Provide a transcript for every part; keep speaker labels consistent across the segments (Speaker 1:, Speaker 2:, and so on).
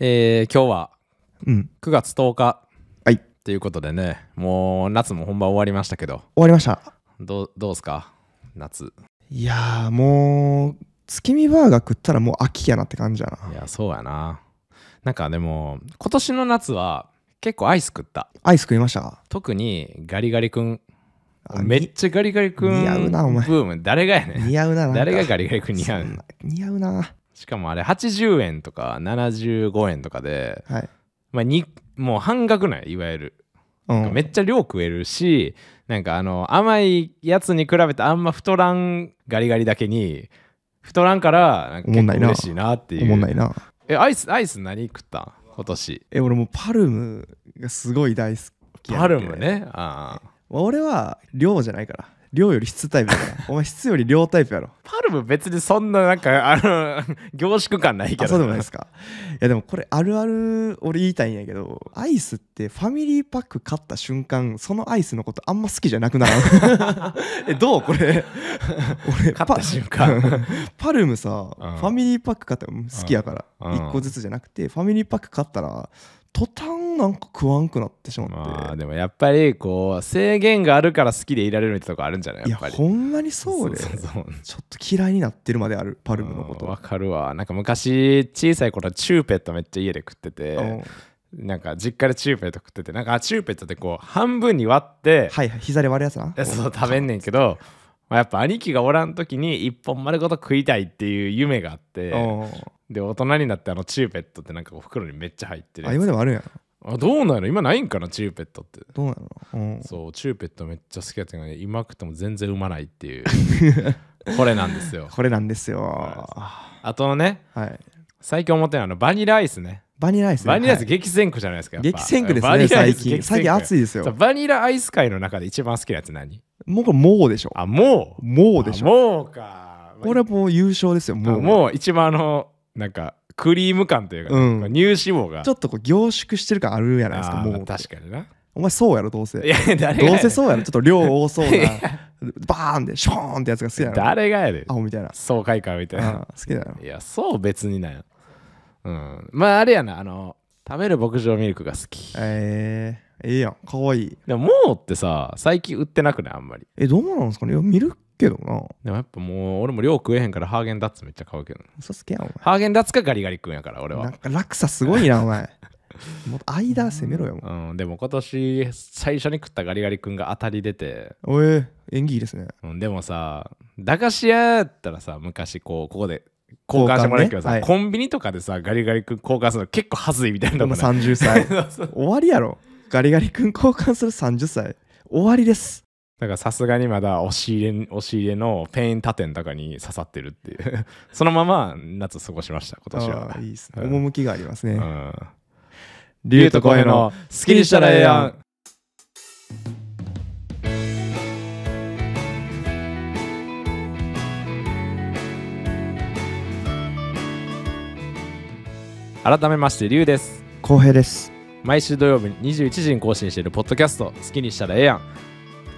Speaker 1: えー今日は
Speaker 2: うん。
Speaker 1: 9月10日
Speaker 2: はい。終
Speaker 1: ということでね、もう夏も本番終わりましたけど、
Speaker 2: わりました。
Speaker 1: どうどうすか夏。
Speaker 2: いやー、もう、月見バーガー食ったらもう秋やなって感じやな。
Speaker 1: いや、そうやな。なんかでも、今年の夏は結構アイス食った。
Speaker 2: アイス食いました
Speaker 1: 特にガリガリ君。
Speaker 2: あ
Speaker 1: めっちゃガリガリ君
Speaker 2: 似合うなお前
Speaker 1: ブーム、誰がやねん。
Speaker 2: 似合うななんか
Speaker 1: 誰がガリガリ君似合
Speaker 2: そん
Speaker 1: う
Speaker 2: な似合うな。
Speaker 1: しかもあれ80円とか75円とかで、
Speaker 2: はい。
Speaker 1: まあ、にもう半額ないいわゆる
Speaker 2: うん。
Speaker 1: め
Speaker 2: め
Speaker 1: っちゃ量食えるしなんかあの甘いやつに比べてあんま太らんガリガリだけに太らんからなんか
Speaker 2: お
Speaker 1: 結
Speaker 2: も
Speaker 1: 構
Speaker 2: んないな
Speaker 1: 嬉しいなっていう
Speaker 2: おもんないな。
Speaker 1: えアイスアイス何食ったん今年
Speaker 2: え、俺もうパルムがすごい大好きやね
Speaker 1: パ
Speaker 2: ん
Speaker 1: ルム。ねああ
Speaker 2: まあ俺は量じゃないから。量より質タイプだから。お前質より量タイプやろ。
Speaker 1: パルム別にそんななんかあの 凝縮感ないけど
Speaker 2: あそうでもないですかいやでもこれあるある俺言いたいんやけどアイスってファミリーパック買った瞬間そのアイスのことあんま好きじゃなくなる えどうこれ俺
Speaker 1: 買った瞬間
Speaker 2: パルムさ、
Speaker 1: うん
Speaker 2: ファミリーパック買ったの好きやから、
Speaker 1: うん
Speaker 2: 1個ずつじゃなくてファミリーパック買ったら途端なんか食わんくなってしまって、
Speaker 1: まあでもやっぱりこう制限があるから好きでいられるってとこあるんじゃない
Speaker 2: い
Speaker 1: や
Speaker 2: や
Speaker 1: っぱり
Speaker 2: ほんまにそうで
Speaker 1: そうそう
Speaker 2: ちょっと嫌いになってるまであるパルムのこ
Speaker 1: うんわ
Speaker 2: と、
Speaker 1: かるわなんか昔小さい頃はチューペットめっちゃ家で食ってて、
Speaker 2: うん
Speaker 1: なんか実家でチューペット食っててなんかチューペットってこう半分に割って、
Speaker 2: はいはい膝で割るやつな
Speaker 1: えそう食べんねんけど、まあ、やっぱ兄貴がおらん時に一本丸ごと食いたいっていう夢があって、
Speaker 2: うん
Speaker 1: で大人になってあのチューペットってなんかこう袋にめっちゃ入ってる
Speaker 2: あ
Speaker 1: や
Speaker 2: 今
Speaker 1: つ
Speaker 2: でもあるんや
Speaker 1: あどうなの今ないんかなチューペットって
Speaker 2: どうなの、うん、
Speaker 1: そうチューペットめっちゃ好きやったのに今食っても全然うまないって いうこれなんですよ
Speaker 2: これなんですよ。
Speaker 1: はあとね
Speaker 2: はい。
Speaker 1: 最近思ってるのはあのバニラアイスね
Speaker 2: バニラアイスね、
Speaker 1: バニラアイス
Speaker 2: はい
Speaker 1: 激戦区じゃないですか、やっぱ
Speaker 2: 激戦区です
Speaker 1: バニ
Speaker 2: ね、
Speaker 1: ラアイ
Speaker 2: 最
Speaker 1: ス激
Speaker 2: 近。
Speaker 1: 戦区
Speaker 2: 最近暑いです
Speaker 1: そう
Speaker 2: よ。
Speaker 1: バニラアイス界の中で一番好きなやつ何
Speaker 2: もうこれ、もうでしょ。
Speaker 1: あもう
Speaker 2: もうでし
Speaker 1: あ
Speaker 2: ょ。
Speaker 1: もうか
Speaker 2: これはもう優勝ですよ、
Speaker 1: も
Speaker 2: も
Speaker 1: う
Speaker 2: う。
Speaker 1: もう一番あのなんかクリーム感というか、
Speaker 2: うん
Speaker 1: 乳脂肪が
Speaker 2: ちょっとこう凝縮してる感あるやないですか、
Speaker 1: あー
Speaker 2: もう。
Speaker 1: 確かにな
Speaker 2: お前そうやろ、どうせ。
Speaker 1: いや誰がやねん
Speaker 2: どうせそうやろ、ちょっと量 多そうな。バーンで、ショーンってやつが好きやろ。
Speaker 1: 誰がやで
Speaker 2: 青みたいな。
Speaker 1: 爽快感みたいな
Speaker 2: あー好きだよ。
Speaker 1: いやそう別になんやうんまああれやなあの食べる牧場ミルクが好き
Speaker 2: えー、ええやん、かわいい。
Speaker 1: でももうってさ最近売ってなくないあんまり
Speaker 2: え、どうなんですかねいや、見るけどな。
Speaker 1: でもやっぱもう俺も量食えへんからハーゲンダッツめっちゃ買うけど
Speaker 2: 嘘つけやん、お前。
Speaker 1: ハーゲンダッツかガリガリ君やから俺
Speaker 2: なん
Speaker 1: は、
Speaker 2: か落差すごい な、お前。もっと間攻めろよ、もう
Speaker 1: うん、でも今年最初に食ったガリガリ君が当たり出て、
Speaker 2: おえ演技いいですね。
Speaker 1: うん、でもさ駄菓子屋やったらさ昔こうここで交換してもらうけどさ、
Speaker 2: 交換ねはい
Speaker 1: コンビニとかでさガリガリ君交換するの結構はずいみたいな
Speaker 2: で
Speaker 1: と
Speaker 2: も
Speaker 1: こない
Speaker 2: 30 歳。
Speaker 1: そうそう
Speaker 2: 終わりやろ。ガリガリ君交換する30歳。終わりです。
Speaker 1: だからさすがにまだ押し入れ押し入れのペイン立てん中に刺さってるっていう そのまま夏過ごしました今年
Speaker 2: あ
Speaker 1: は
Speaker 2: ーいいです
Speaker 1: う
Speaker 2: ね。
Speaker 1: ん
Speaker 2: 趣があります
Speaker 1: う
Speaker 2: ね。
Speaker 1: ん竜と声の好きにしたらええやん改めまして竜です
Speaker 2: 浩平です。
Speaker 1: 毎週土曜日21時に更新しているポッドキャスト好きにしたらええやん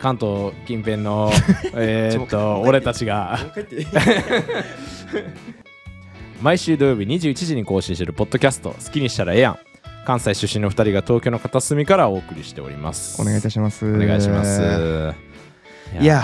Speaker 1: 関東近辺 のえーっ
Speaker 2: ちょ
Speaker 1: と俺たちが毎週土曜日21時に更新しているポッドキャスト好きにしたらええやん関西出身の2人が東京の片隅からお送りしております
Speaker 2: お願いいたします。
Speaker 1: お願いします。
Speaker 2: いや、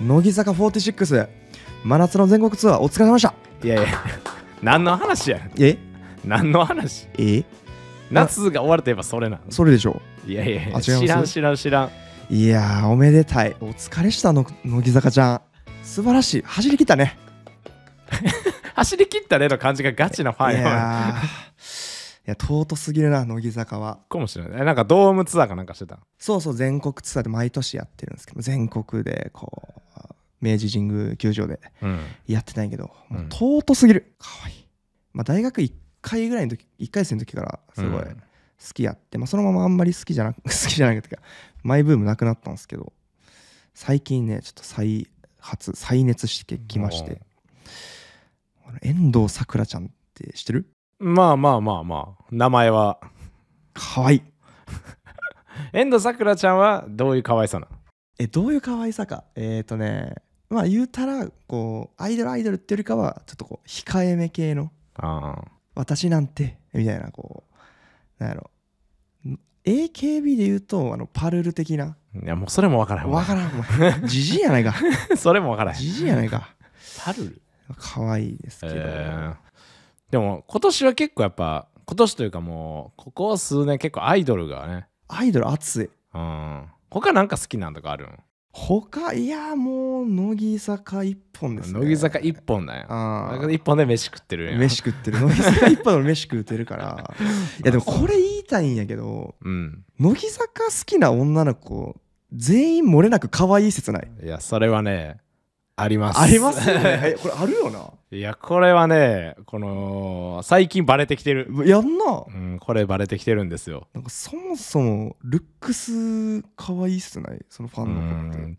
Speaker 2: 乃木坂46、真夏の全国ツアーお疲れ様でした。
Speaker 1: い やいや、何の話やねん
Speaker 2: え
Speaker 1: 何の話
Speaker 2: え
Speaker 1: 夏が終わるといえばそれなん。
Speaker 2: それでしょ
Speaker 1: いやいやいや、
Speaker 2: あ違います
Speaker 1: 知らん知らん知らん。
Speaker 2: う。いやー、おめでたい。お疲れしたの乃木坂ちゃん。素晴らしい。走り切ったね。
Speaker 1: 走り切ったねの感じがガチなファン
Speaker 2: い
Speaker 1: やわ。
Speaker 2: やーいや尊すぎるな乃木坂は
Speaker 1: かもしれない。えなんかドームツアーかなんかしてたん。
Speaker 2: そうそう全国ツアーで毎年やってるんですけど全国でこう明治神宮球場で
Speaker 1: うん。
Speaker 2: やってたんやけど、もううん尊すぎるかわいい、まあ、大学1回ぐらいの時1回生の時からすごい
Speaker 1: うん
Speaker 2: 好きやって、まあ、そのままあんまり好きじゃなく 好きじゃないというかマイブームなくなったんですけど最近ねちょっと再発再熱してきましてあの遠藤さくらちゃんって知ってる
Speaker 1: まあまあまあまあ、名前は。
Speaker 2: かわいい
Speaker 1: 遠藤さくらちゃんはどういう可愛さなの
Speaker 2: えどういう可愛さかえっ、ー、とねまあ言うたらこうアイドルアイドルってよりかはちょっとこう控えめ系の
Speaker 1: ああ。
Speaker 2: 私なんてみたいなこうなんやろん AKB で言うとあのパルル的ない
Speaker 1: やもうそれも分からへん
Speaker 2: わからんお前じじいやな いか
Speaker 1: んそれも分からへん
Speaker 2: じじいやないか
Speaker 1: パルル
Speaker 2: 可愛いですけど、
Speaker 1: えーでも今年は結構やっぱ今年というかもうここ数年結構アイドルがね
Speaker 2: アイドル熱い
Speaker 1: うん他なんか好きなんとかあるん
Speaker 2: 他いやもう乃木坂一本ですね
Speaker 1: 乃木坂一本だよ
Speaker 2: あ
Speaker 1: 一本で飯食ってるん
Speaker 2: あ
Speaker 1: や
Speaker 2: 飯食ってる乃木坂一本の飯食うてるから いやでもこれ言いたいんやけど
Speaker 1: うん
Speaker 2: 乃木坂好きな女の子全員漏れなく可愛い説ない
Speaker 1: いやそれはねあります
Speaker 2: ありま すよねえこれあるよない
Speaker 1: やこれはねこの最近バレてきてる
Speaker 2: やんな
Speaker 1: うんこれバレてきてるんですよ
Speaker 2: なんかそもそもルックス可愛いっすないそのファ
Speaker 1: う
Speaker 2: ンの子って
Speaker 1: ん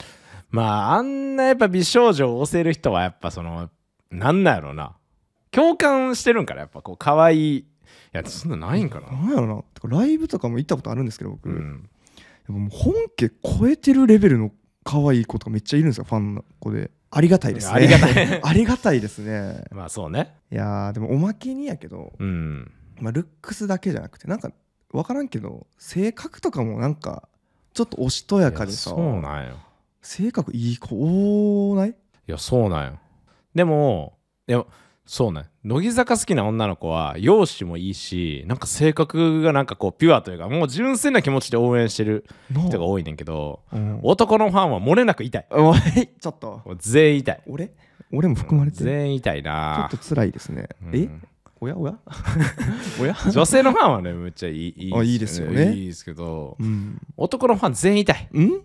Speaker 1: まああんなやっぱ美少女を推せる人はやっぱそのなんなんやろな共感してるんからやっぱこう可愛いいやそんなないんかな
Speaker 2: なんやろなてかライブとかも行ったことあるんですけど僕、
Speaker 1: う
Speaker 2: やっ
Speaker 1: ん
Speaker 2: ぱもう本家超えてるレベルの可愛い子とかめっちゃいるんですよファンの子でありがたいですね
Speaker 1: ありがた
Speaker 2: ありがたいですね
Speaker 1: まあそうね
Speaker 2: いやーでもおまけにやけど、
Speaker 1: うん
Speaker 2: まあ、ルックスだけじゃなくてなんか分からんけど性格とかもなんかちょっとおしとやかでさ
Speaker 1: いやそうなんよ
Speaker 2: 性格いい子多ない
Speaker 1: いやそうなんよでもいやそうなんよ乃木坂好きな女の子は容姿もいいしなんか性格がなんかこうピュアというかもう純粋な気持ちで応援してる
Speaker 2: なあ
Speaker 1: 人が多いねんけど
Speaker 2: うん
Speaker 1: 男のファンは漏れなく痛い
Speaker 2: おいちょっと
Speaker 1: もう全員痛い
Speaker 2: 俺俺も含まれてる
Speaker 1: 全員痛い
Speaker 2: ちょっ
Speaker 1: な
Speaker 2: と辛いですね
Speaker 1: うん
Speaker 2: えおや おやおや
Speaker 1: 女性のファンはねめっちゃいい
Speaker 2: あいいですよね
Speaker 1: いいですけど
Speaker 2: うん
Speaker 1: 男のファン全員痛い
Speaker 2: うん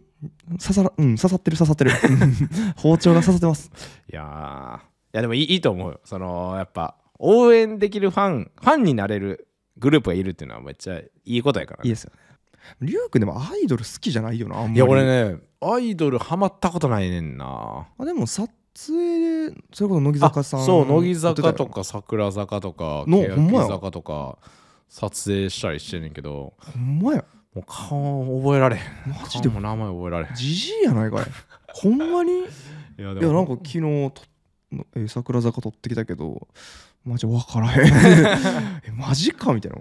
Speaker 2: 刺さらうん刺さってる刺さっ てるうん包丁が刺さってます
Speaker 1: いやーいやでもいいいいと思うよそのやっぱ応援できるファンファンになれるグループがいるっていうのはめっちゃいいことやから
Speaker 2: いいですよねリュウ君でもアイドル好きじゃないよなあんまり
Speaker 1: いや俺ねアイドルハマったことないねんな
Speaker 2: あでも撮影でそれこそ乃木坂さん
Speaker 1: あそう乃木
Speaker 2: 撮
Speaker 1: 坂
Speaker 2: ってた
Speaker 1: と
Speaker 2: よ
Speaker 1: か桜坂とか
Speaker 2: のほん
Speaker 1: 欅
Speaker 2: まや
Speaker 1: 坂とか撮影したりしてんねんけど
Speaker 2: ほんまや
Speaker 1: もう顔覚えられへん
Speaker 2: マジ
Speaker 1: 顔
Speaker 2: で
Speaker 1: も名前覚えられへん
Speaker 2: じじいやないかいほんまにい
Speaker 1: いや
Speaker 2: やなんか昨日とのえー桜坂撮ってきたけどマジ分から へんえマジかみたいな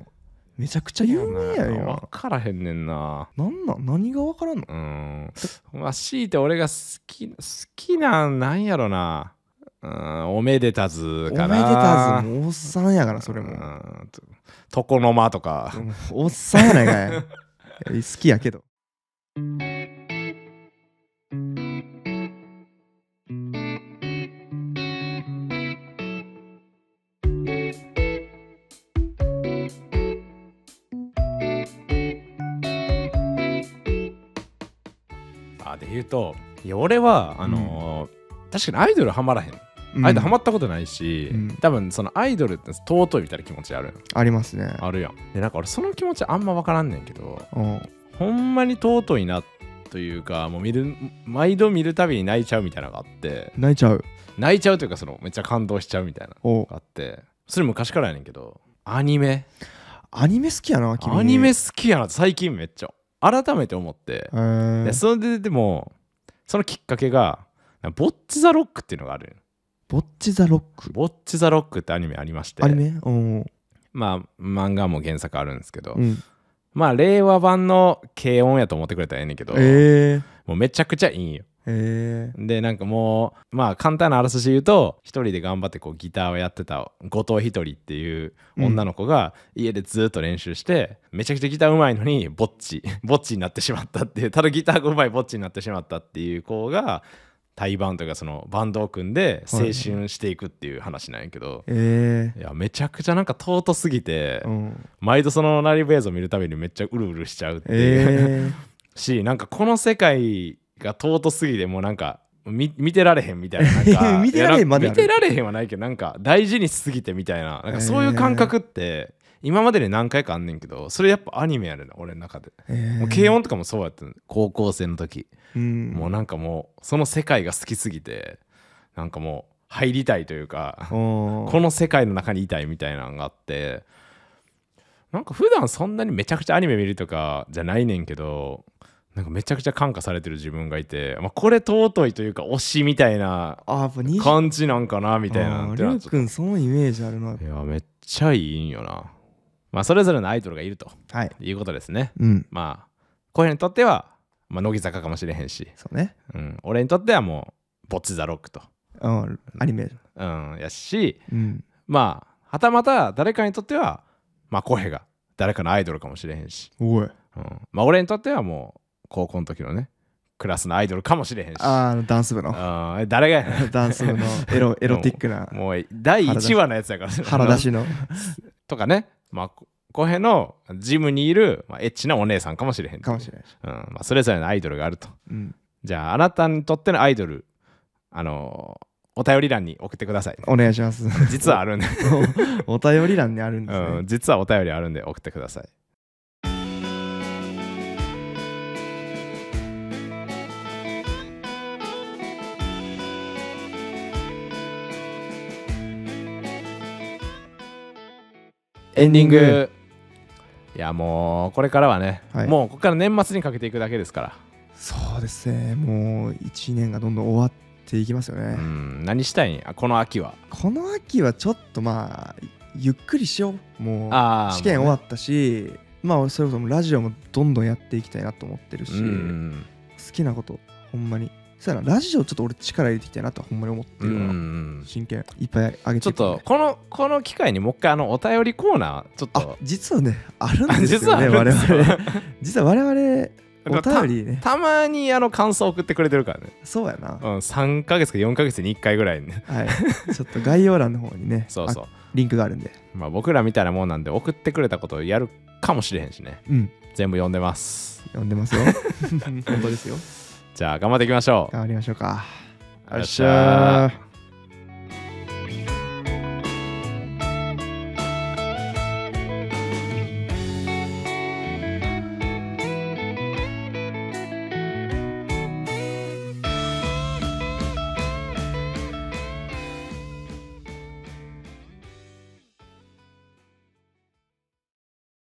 Speaker 2: めちゃくちゃ有名やん今
Speaker 1: 分からへんねんな
Speaker 2: なんなん何が分からんの
Speaker 1: うんまあ強いて俺が好き好きなんなんやろなうんおめでたず
Speaker 2: おめで
Speaker 1: かな
Speaker 2: たずもうおっさんやからそれも
Speaker 1: うんと床の間とか
Speaker 2: もうおっさんやないかい え好きやけど
Speaker 1: あで言うといや俺はあのー確かにアイドルはまらへん
Speaker 2: うん
Speaker 1: アイドルハマったことないし、
Speaker 2: うん
Speaker 1: 多分そのアイドルって尊いみたいな気持ちあるやん
Speaker 2: ありますね
Speaker 1: あるやんでなんか俺その気持ちあんま分からんねんけど
Speaker 2: うん
Speaker 1: ほんまに尊いなというかもう見る毎度見るたびに泣いちゃうみたいなのがあって
Speaker 2: 泣いちゃう
Speaker 1: 泣いちゃうというかそのめっちゃ感動しちゃうみたいなの
Speaker 2: お
Speaker 1: があってそれ昔からやねんけどアニメ
Speaker 2: アニメ好きやな君
Speaker 1: アニメ好きやなって最近めっちゃ改めて思って
Speaker 2: へー
Speaker 1: でそれででもそのきっかけがボッチ・ザ・ロックっていうのがあるんよ
Speaker 2: ぼっちザロック
Speaker 1: ボッチ・ザ・ロックってアニメありまして
Speaker 2: アニメうん
Speaker 1: まあ漫画も原作あるんですけど、
Speaker 2: うん
Speaker 1: まあ令和版の軽音やと思ってくれたらええねんけど、
Speaker 2: えー
Speaker 1: もうめちゃくちゃいいんよ
Speaker 2: え
Speaker 1: でなんかもうまあ簡単なあらすじ言うと一人で頑張ってこうギターをやってた後藤ひとりっていう女の子が家でずっと練習して、めちゃくちゃギターうまいのにぼっち ぼっちになってしまったっていうただギターがうまいぼっちになってしまったっていう子が対バンというかそのバンドを組んで青春していくっていう話なんやけど、
Speaker 2: ー、え
Speaker 1: いやめちゃくちゃなんか尊すぎて、
Speaker 2: ー、うん
Speaker 1: 毎度そのライブ映像見るたびにめっちゃうるうるしちゃうっていう、
Speaker 2: えー、
Speaker 1: しなんかこの世界が尊すぎてもうなんか見見てられへんみたいななんか
Speaker 2: 見てられへんまで
Speaker 1: いやな
Speaker 2: ある
Speaker 1: 見てられへんはないけどなんか大事にしすぎてみたいななんかそういう感覚って今までに何回かあんねんけどそれやっぱアニメやるな俺の中で
Speaker 2: えー、
Speaker 1: もう軽音とかもそうやったの高校生の時、
Speaker 2: うん
Speaker 1: もうなんかもうその世界が好きすぎてなんかもう入りたいというか
Speaker 2: うん
Speaker 1: この世界の中にいたいみたいなのがあってなんか普段そんなにめちゃくちゃアニメ見るとかじゃないねんけどなんかめちゃくちゃ感化されてる自分がいて、まあ、これ尊いというか推しみたいな
Speaker 2: あやっぱ20
Speaker 1: 感じなんかなみたいな
Speaker 2: あ
Speaker 1: っ
Speaker 2: ー
Speaker 1: て
Speaker 2: りゅ
Speaker 1: な
Speaker 2: う
Speaker 1: っちゃっ
Speaker 2: くんそのイメージあるな
Speaker 1: たいやめっちゃいいんよな。まあ、それぞれのアイドルがいると
Speaker 2: はい。
Speaker 1: いうことですね。
Speaker 2: うん。
Speaker 1: まあ、こういうにとっては、まあ、乃木坂かもしれへんし、
Speaker 2: そうね。
Speaker 1: うん、俺にとってはもう、ぼっちザロックと、
Speaker 2: うん。アニメ。
Speaker 1: うん、やし、
Speaker 2: うん。
Speaker 1: まあ、はたまた誰かにとっては、まあ、コヘが誰かのアイドルかもしれへんし、
Speaker 2: おい。
Speaker 1: うん、まあ、俺にとってはもう、高校の時のね、クラスのアイドルかもしれへんし、
Speaker 2: あー、ダンス部の。
Speaker 1: うん誰がやねん
Speaker 2: ダンス部の エロ、エロティックな
Speaker 1: もう第1話のやつやから
Speaker 2: 腹出しの。
Speaker 1: とかね、まあ、こ浩平のジムにいる、まあ、エッチなお姉さんかもしれへん
Speaker 2: かもしれないし。
Speaker 1: うんまあ、それぞれのアイドルがあると
Speaker 2: うん。
Speaker 1: じゃああなたにとってのアイドルあのーお便り欄に送ってください
Speaker 2: お願いします。
Speaker 1: 実はあるんで、
Speaker 2: お 便り欄にあるんです
Speaker 1: う
Speaker 2: ね
Speaker 1: ん、。実はお便りあるんで送ってください
Speaker 2: エンディング。
Speaker 1: いやもうこれからはね、
Speaker 2: はい
Speaker 1: もうここから年末にかけていくだけですから、
Speaker 2: そうですね。もう1年がどんどん終わっていきますよ
Speaker 1: う
Speaker 2: ね。
Speaker 1: ん、何したいんあこの秋は
Speaker 2: この秋はちょっとまあ、ゆっくりしよう。もう。
Speaker 1: あ
Speaker 2: 試験終わ
Speaker 1: っ
Speaker 2: ったし、まあそれこそもうラジオもどんどんやっていきたいなと思ってるし、
Speaker 1: うん
Speaker 2: 好きなことほんまにそうやなラジオちょっと俺力入れていきたいなとはほんまに思って
Speaker 1: うんう
Speaker 2: るから、
Speaker 1: ん
Speaker 2: 真剣いっぱいあげ
Speaker 1: ち
Speaker 2: て
Speaker 1: ょっと
Speaker 2: いこうね
Speaker 1: このこの機会にもう一回あのお便りコーナーちょっ
Speaker 2: あ
Speaker 1: と
Speaker 2: 実はねあるんです
Speaker 1: 実は
Speaker 2: よ
Speaker 1: あ
Speaker 2: ね
Speaker 1: るん
Speaker 2: 我
Speaker 1: ですよ
Speaker 2: 々 実は我々お
Speaker 1: た
Speaker 2: 便りね
Speaker 1: たまにあの感想送ってくれてるからね、
Speaker 2: そうやな、
Speaker 1: うん、3ヶ月か4ヶ月に1回ぐらいね
Speaker 2: はいちょっと概要欄の方にね
Speaker 1: そうそう
Speaker 2: あリンクがあるんで
Speaker 1: まあ僕らみたいなもんなんで送ってくれたことをやるかもしれへんしね
Speaker 2: うん
Speaker 1: 全部読んでます
Speaker 2: 読んで ますよ本当ですよ
Speaker 1: じゃあ頑張っていきましょう
Speaker 2: 頑張りましょうか
Speaker 1: よっ
Speaker 2: よっ
Speaker 1: し
Speaker 2: し
Speaker 1: ゃ
Speaker 2: ゃ
Speaker 1: ー
Speaker 2: ー